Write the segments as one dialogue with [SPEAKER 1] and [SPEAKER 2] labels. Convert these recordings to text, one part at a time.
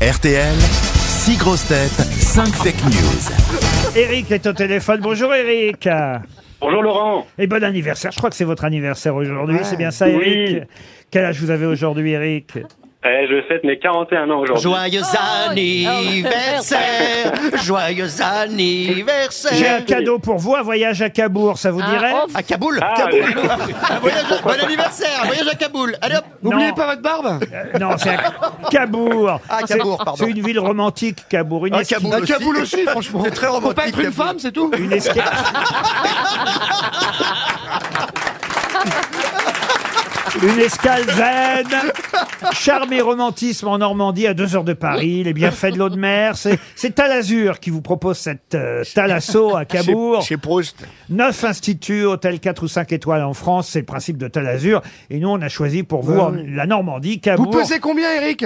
[SPEAKER 1] RTL, 6 grosses têtes, 5 fake news.
[SPEAKER 2] Eric est au téléphone. Bonjour Eric.
[SPEAKER 3] Bonjour Laurent.
[SPEAKER 2] Et bon anniversaire. Je crois que c'est votre anniversaire aujourd'hui. C'est bien ça,
[SPEAKER 3] Oui.
[SPEAKER 2] Eric. Quel âge vous avez aujourd'hui, Eric
[SPEAKER 3] Eh, je fête mes 41 ans aujourd'hui.
[SPEAKER 4] Joyeux anniversaire, joyeux
[SPEAKER 2] J'ai
[SPEAKER 4] anniversaire.
[SPEAKER 2] un cadeau pour vous, un voyage à Cabourg, ça vous dirait
[SPEAKER 4] À Kaboul,
[SPEAKER 3] Ah,
[SPEAKER 4] Kaboul.
[SPEAKER 3] oui.
[SPEAKER 4] Un voyage- bon anniversaire,
[SPEAKER 5] Ah.
[SPEAKER 4] un voyage à Kaboul. Allez hop.
[SPEAKER 5] Bah,
[SPEAKER 2] N'oubliez pas
[SPEAKER 5] votre barbe
[SPEAKER 2] Euh, Non, c'est à Cabourg.
[SPEAKER 4] Ah, Cabourg,
[SPEAKER 2] C'est-
[SPEAKER 4] pardon.
[SPEAKER 2] C'est une ville romantique, Cabourg. Une,
[SPEAKER 4] Ah,
[SPEAKER 2] esqui-
[SPEAKER 4] Kaboul aussi.
[SPEAKER 5] bah, Kaboul aussi, franchement.
[SPEAKER 4] C'est très
[SPEAKER 5] Faut
[SPEAKER 4] romantique.
[SPEAKER 5] pas être une
[SPEAKER 4] Kaboul.
[SPEAKER 5] femme, c'est tout
[SPEAKER 2] une esqui- Une escale zen, charme et romantisme en Normandie à deux heures de Paris, les bienfaits de l'eau de mer. C'est c'est Talazur qui vous propose cette euh, Thalasso à Cabourg.
[SPEAKER 4] Chez Proust.
[SPEAKER 2] Neuf instituts, hôtels 4 ou 5 étoiles en France, c'est le principe de Talazur. Et nous, on a choisi pour vous en- la Normandie,
[SPEAKER 5] Vous
[SPEAKER 2] Cabourg.
[SPEAKER 5] pesez combien, Eric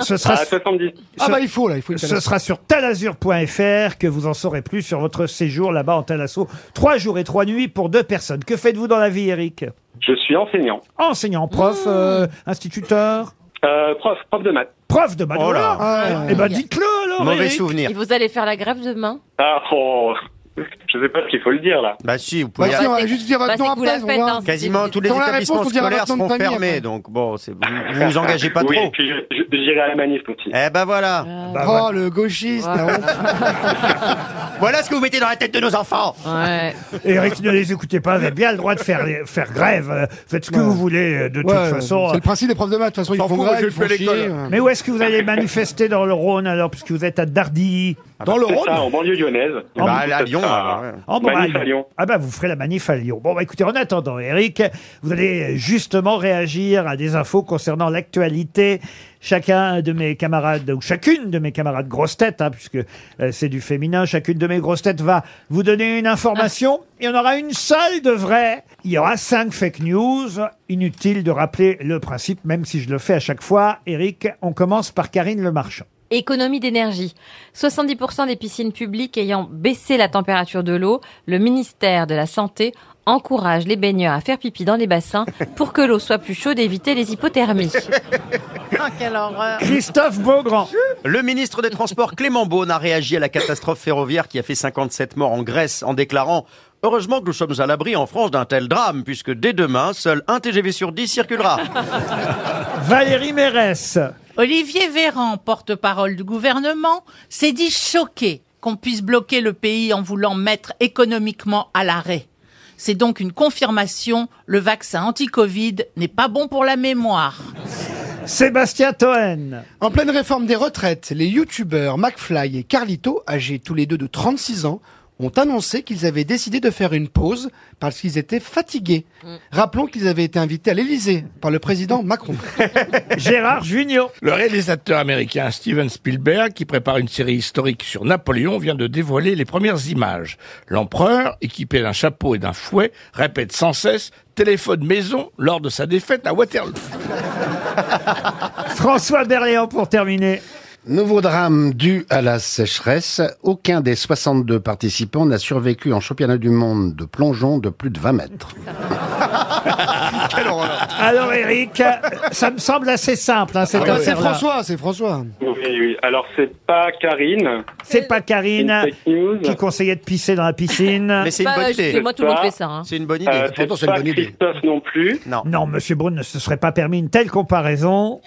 [SPEAKER 2] Ce
[SPEAKER 3] À
[SPEAKER 2] sera,
[SPEAKER 3] 70.
[SPEAKER 5] Ah bah il faut, là, il faut une
[SPEAKER 2] ce
[SPEAKER 5] canette.
[SPEAKER 2] sera sur talazur.fr que vous en saurez plus sur votre séjour là-bas en Talasso. Trois jours et trois nuits pour deux personnes. Que faites-vous dans la vie, Eric
[SPEAKER 3] Je suis enseignant.
[SPEAKER 2] Enseignant, prof, euh, instituteur,
[SPEAKER 3] Euh, prof, prof de maths.
[SPEAKER 2] prof de maths.
[SPEAKER 4] Oh là.
[SPEAKER 5] Ah,
[SPEAKER 2] Eh ben, dites-le alors,
[SPEAKER 4] Mauvais
[SPEAKER 2] Eric.
[SPEAKER 4] souvenir.
[SPEAKER 6] Et vous allez faire la grève demain
[SPEAKER 3] Ah, oh. Je sais pas ce qu'il faut le dire là.
[SPEAKER 4] Bah si, vous pouvez.
[SPEAKER 5] Bah si, on va juste dire
[SPEAKER 6] Bah,
[SPEAKER 5] votre
[SPEAKER 6] c'est
[SPEAKER 5] nom
[SPEAKER 6] que vous la
[SPEAKER 5] après, on
[SPEAKER 6] faites,
[SPEAKER 5] va...
[SPEAKER 6] hein.
[SPEAKER 4] Quasiment tous les
[SPEAKER 5] Dans la
[SPEAKER 4] établissements
[SPEAKER 5] réponse, on dira
[SPEAKER 4] scolaires
[SPEAKER 5] votre nom
[SPEAKER 4] seront
[SPEAKER 5] de famille,
[SPEAKER 4] fermés,
[SPEAKER 5] après.
[SPEAKER 4] donc bon, c'est- vous vous vous engagez pas
[SPEAKER 3] oui,
[SPEAKER 4] trop.
[SPEAKER 3] et puis je- je- j'irai à la manif aussi.
[SPEAKER 4] Eh ben voilà.
[SPEAKER 2] Bah, voilà.
[SPEAKER 5] Oh, le gauchiste oh. la honte.
[SPEAKER 4] Voilà ce que vous mettez dans la tête de nos enfants.
[SPEAKER 5] Ah,
[SPEAKER 6] Ouais.
[SPEAKER 2] Eric, ne les écoutez pas, vous avez bien le droit de faire, faire grève. euh, Faites ce que
[SPEAKER 5] Ouais.
[SPEAKER 2] vous voulez, euh, de toute
[SPEAKER 5] Ouais,
[SPEAKER 2] façon.
[SPEAKER 5] C'est le principe des profs de maths, de toute façon, ils
[SPEAKER 4] S'en
[SPEAKER 5] font
[SPEAKER 4] fout,
[SPEAKER 5] grève,
[SPEAKER 4] je
[SPEAKER 5] ils font
[SPEAKER 4] fais l'école.
[SPEAKER 5] chier.
[SPEAKER 2] Mais où est-ce que vous allez manifester dans le Rhône alors, puisque vous êtes à Dardy
[SPEAKER 5] Dans le
[SPEAKER 3] C'est ça,
[SPEAKER 5] Rhône
[SPEAKER 3] en banlieue lyonnaise.
[SPEAKER 4] Bah,
[SPEAKER 3] Donc,
[SPEAKER 4] à
[SPEAKER 3] ça
[SPEAKER 4] Lyon,
[SPEAKER 3] sera-
[SPEAKER 4] alors, ouais.
[SPEAKER 2] en
[SPEAKER 3] Manif
[SPEAKER 2] Bretagne.
[SPEAKER 3] à Lyon.
[SPEAKER 2] Ah bah vous ferez la manif à Lyon. Bon bah écoutez, en attendant, Eric, vous allez justement réagir à des infos concernant l'actualité. Chacun de mes camarades, ou chacune de mes camarades grosses têtes, hein, puisque euh, c'est du féminin, chacune de mes grosses têtes va vous donner une information. Il y en aura une seule de vraie. Il y aura cinq fake news. Inutile de rappeler le principe, même si je le fais à chaque fois. Eric, on commence par Karine Le Marchand.
[SPEAKER 6] Économie d'énergie. 70% des piscines publiques ayant baissé la température de l'eau, le ministère de la Santé encourage les baigneurs à faire pipi dans les bassins pour que l'eau soit plus chaude et éviter les hypothermies.
[SPEAKER 2] Christophe Beaugrand.
[SPEAKER 4] Le ministre des Transports Clément Beaune a réagi à la catastrophe ferroviaire qui a fait 57 morts en Grèce en déclarant Heureusement que nous sommes à l'abri en France d'un tel drame, puisque dès demain, seul un TGV sur 10 circulera.
[SPEAKER 2] Valérie Mérès.
[SPEAKER 7] Olivier Véran, porte-parole du gouvernement, s'est dit choqué qu'on puisse bloquer le pays en voulant mettre économiquement à l'arrêt. C'est donc une confirmation, le vaccin anti-Covid n'est pas bon pour la mémoire.
[SPEAKER 2] Sébastien Toen.
[SPEAKER 5] En pleine réforme des retraites, les youtubeurs McFly et Carlito, âgés tous les deux de 36 ans, ont annoncé qu'ils avaient décidé de faire une pause parce qu'ils étaient fatigués. Rappelons qu'ils avaient été invités à l'Élysée par le président Macron.
[SPEAKER 2] Gérard Junior.
[SPEAKER 8] Le réalisateur américain Steven Spielberg, qui prépare une série historique sur Napoléon, vient de dévoiler les premières images. L'empereur, équipé d'un chapeau et d'un fouet, répète sans cesse téléphone maison lors de sa défaite à Waterloo.
[SPEAKER 2] François Berléand pour terminer.
[SPEAKER 9] Nouveau drame dû à la sécheresse. Aucun des 62 participants n'a survécu en championnat du monde de plongeon de plus de 20 mètres.
[SPEAKER 2] Alors Eric, ça me semble assez simple. hein, cette
[SPEAKER 5] Ah, c'est
[SPEAKER 2] affaire-là.
[SPEAKER 5] François, c'est François.
[SPEAKER 3] Oui, oui. Alors, c'est pas Karine.
[SPEAKER 2] C'est pas
[SPEAKER 3] Une
[SPEAKER 2] Karine
[SPEAKER 3] fake news.
[SPEAKER 2] qui conseillait de pisser dans la piscine.
[SPEAKER 4] Mais Euh, c'est une
[SPEAKER 6] Bah,
[SPEAKER 4] bonne idée.
[SPEAKER 6] Excusez-moi, tout le monde fait ça. hein.
[SPEAKER 4] C'est une bonne idée.
[SPEAKER 3] Euh, c'est
[SPEAKER 9] Pourtant, c'est une
[SPEAKER 3] pas
[SPEAKER 9] bonne idée.
[SPEAKER 3] Christophe non plus.
[SPEAKER 4] Non.
[SPEAKER 2] Non, Monsieur Brune ne se serait pas permis une telle comparaison.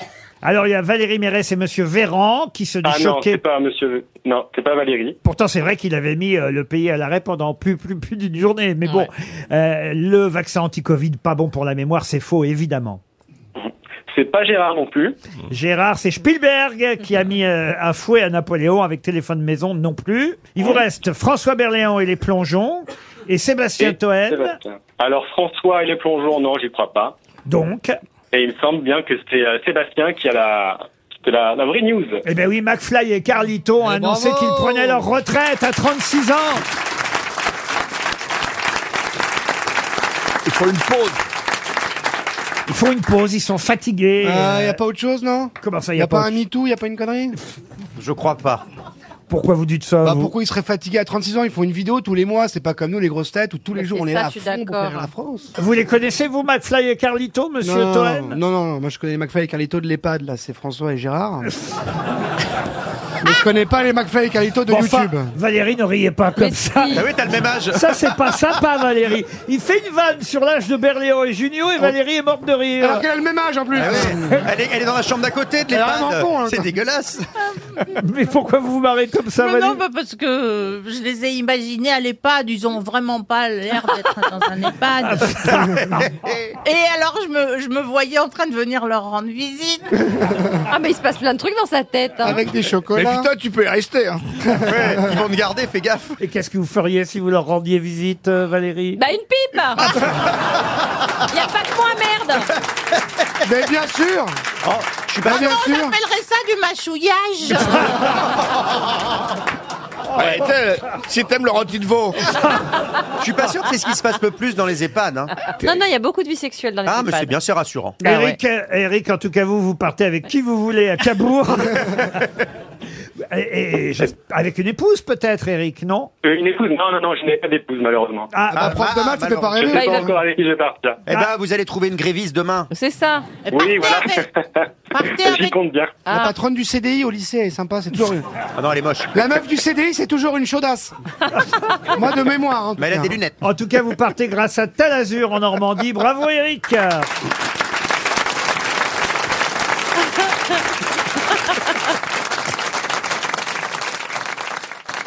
[SPEAKER 2] Alors il y a Valérie Mérès et Monsieur Véran qui se disent
[SPEAKER 3] Ah non,
[SPEAKER 2] choqués.
[SPEAKER 3] c'est pas monsieur. Non, c'est pas Valérie.
[SPEAKER 2] Pourtant, c'est vrai qu'il avait mis euh, le pays à l'arrêt pendant plus, plus, plus d'une journée. Mais bon, euh, le vaccin anti-Covid, pas bon pour la mémoire, c'est faux, évidemment.
[SPEAKER 3] C'est pas Gérard non plus.
[SPEAKER 2] Gérard, c'est Spielberg qui a mis euh, un fouet à Napoléon avec téléphone maison non plus. Il vous reste François Berléand et les plongeons et Sébastien
[SPEAKER 3] Et
[SPEAKER 2] Toen.
[SPEAKER 3] Sébastien. Alors, François et les plongeons, non, j'y crois pas.
[SPEAKER 2] Donc,
[SPEAKER 3] Et il me semble bien que c'est euh, Sébastien qui a la, qui a la, la vraie news.
[SPEAKER 2] eh ben oui, McFly et Carlito ont
[SPEAKER 5] Et
[SPEAKER 2] annoncé
[SPEAKER 5] Eh, bravo
[SPEAKER 2] qu'ils prenaient leur retraite à 36 ans.
[SPEAKER 8] Il faut une pause.
[SPEAKER 2] Ils font une pause, ils sont fatigués.
[SPEAKER 5] Il
[SPEAKER 2] Euh,
[SPEAKER 5] Ah, a pas autre chose, non
[SPEAKER 2] Comment ça,
[SPEAKER 5] Il
[SPEAKER 2] il n'y
[SPEAKER 5] a,
[SPEAKER 2] a,
[SPEAKER 5] pas,
[SPEAKER 2] pas
[SPEAKER 5] un MeToo, il a pas une connerie
[SPEAKER 4] Je crois pas.
[SPEAKER 2] Pourquoi vous dites ça
[SPEAKER 5] Bah,
[SPEAKER 2] vous
[SPEAKER 5] pourquoi ils seraient fatigués à 36 ans Ils font une vidéo tous les mois. C'est pas comme nous, les grosses têtes, où tous les
[SPEAKER 6] Mais
[SPEAKER 5] jours
[SPEAKER 6] c'est
[SPEAKER 5] on est
[SPEAKER 6] ça,
[SPEAKER 5] là à
[SPEAKER 6] je suis
[SPEAKER 5] fond pour
[SPEAKER 6] d'accord.
[SPEAKER 5] faire la France.
[SPEAKER 2] Vous les connaissez, vous, McFly et Carlito, monsieur
[SPEAKER 5] non,
[SPEAKER 2] Toen
[SPEAKER 5] non, non, non, moi je connais les McFly et Carlito de l'EHPAD, là, c'est François et Gérard. Mais je connais pas les McFly et Carlito de
[SPEAKER 2] Bon, enfin, euh,
[SPEAKER 5] YouTube.
[SPEAKER 2] Valérie, ne riez pas comme
[SPEAKER 6] Mais
[SPEAKER 2] ça.
[SPEAKER 6] si.
[SPEAKER 4] Ah oui, t'as le même âge.
[SPEAKER 2] Ça, c'est pas sympa, Valérie. Il fait une vanne sur l'âge de Berléo et Junio et Valérie est morte de
[SPEAKER 5] Alors
[SPEAKER 2] rire.
[SPEAKER 5] qu'elle a le même âge en plus.
[SPEAKER 4] Ah ouais. elle, est, elle est dans la chambre d'à côté de
[SPEAKER 5] Elle est
[SPEAKER 4] l'EHPAD.
[SPEAKER 5] vraiment con, hein,
[SPEAKER 4] C'est
[SPEAKER 5] quoi.
[SPEAKER 4] dégueulasse.
[SPEAKER 2] Mais pourquoi vous vous marrez comme ça,
[SPEAKER 7] Mais non,
[SPEAKER 2] Valérie
[SPEAKER 7] bah, parce que je les ai imaginés à l'EHPAD, ils ont vraiment pas l'air d'être dans un EHPAD. Et alors, je me, je me voyais en train de venir leur rendre visite.
[SPEAKER 6] Ah, mais il se passe plein de trucs dans sa tête. hein.
[SPEAKER 5] Avec des
[SPEAKER 8] Mais
[SPEAKER 5] chocolats.
[SPEAKER 8] putain, tu peux y rester. Hein.
[SPEAKER 4] Ouais, ils vont te garder, fais gaffe.
[SPEAKER 2] Et qu'est-ce que vous feriez si vous leur rendiez visite, euh, Valérie
[SPEAKER 6] Bah, une pipe Il n'y a pas que moi, merde
[SPEAKER 5] Mais bien sûr Bah,
[SPEAKER 4] Oh, je suis pas
[SPEAKER 5] Mais bien
[SPEAKER 7] On
[SPEAKER 5] sûr
[SPEAKER 7] appellerait Ah ça du machouillage.
[SPEAKER 8] Ouais, t'es- si t'aimes le rôti de veau.
[SPEAKER 4] Je suis pas sûr que c'est ce qui se passe le plus dans les EHPAD. hein.
[SPEAKER 5] Ah,
[SPEAKER 6] Non, non, il y a beaucoup de vie sexuelle dans les
[SPEAKER 4] Ah, mais
[SPEAKER 6] EHPAD.
[SPEAKER 4] c'est bien, c'est rassurant.
[SPEAKER 6] Ah ouais.
[SPEAKER 2] Eric, euh, Eric, en tout cas, vous, vous partez avec qui vous voulez à Cabourg. et, et j'es- avec une épouse, peut-être, Eric, non
[SPEAKER 3] Euh, une épouse Non, non, non, je n'ai pas d'épouse, malheureusement.
[SPEAKER 2] Ah, bah,
[SPEAKER 5] Un prof de
[SPEAKER 4] Ah,
[SPEAKER 5] maths, ça fait pas
[SPEAKER 4] malheureux.
[SPEAKER 5] rêver.
[SPEAKER 3] Je
[SPEAKER 6] Bah,
[SPEAKER 3] sais
[SPEAKER 6] il Ah,
[SPEAKER 3] pas
[SPEAKER 6] va-
[SPEAKER 3] encore avec qui je vais partir.
[SPEAKER 4] Eh ben, vous allez trouver une gréviste demain.
[SPEAKER 6] C'est ça.
[SPEAKER 7] Et
[SPEAKER 3] Oui,
[SPEAKER 7] partez
[SPEAKER 3] voilà.
[SPEAKER 7] avec- partez
[SPEAKER 3] J'y
[SPEAKER 7] avec
[SPEAKER 3] compte bien.
[SPEAKER 5] La
[SPEAKER 6] Ah.
[SPEAKER 5] patronne du CDI au lycée, elle est sympa, c'est toujours une...
[SPEAKER 4] Ah non, elle est moche.
[SPEAKER 5] La meuf du CDI, c'est toujours une chaudasse. Moi, de mémoire. en tout
[SPEAKER 4] Mais Bah, elle a
[SPEAKER 5] cas.
[SPEAKER 4] des lunettes.
[SPEAKER 2] En tout cas, vous partez grâce à Talazur en Normandie. Bravo, Eric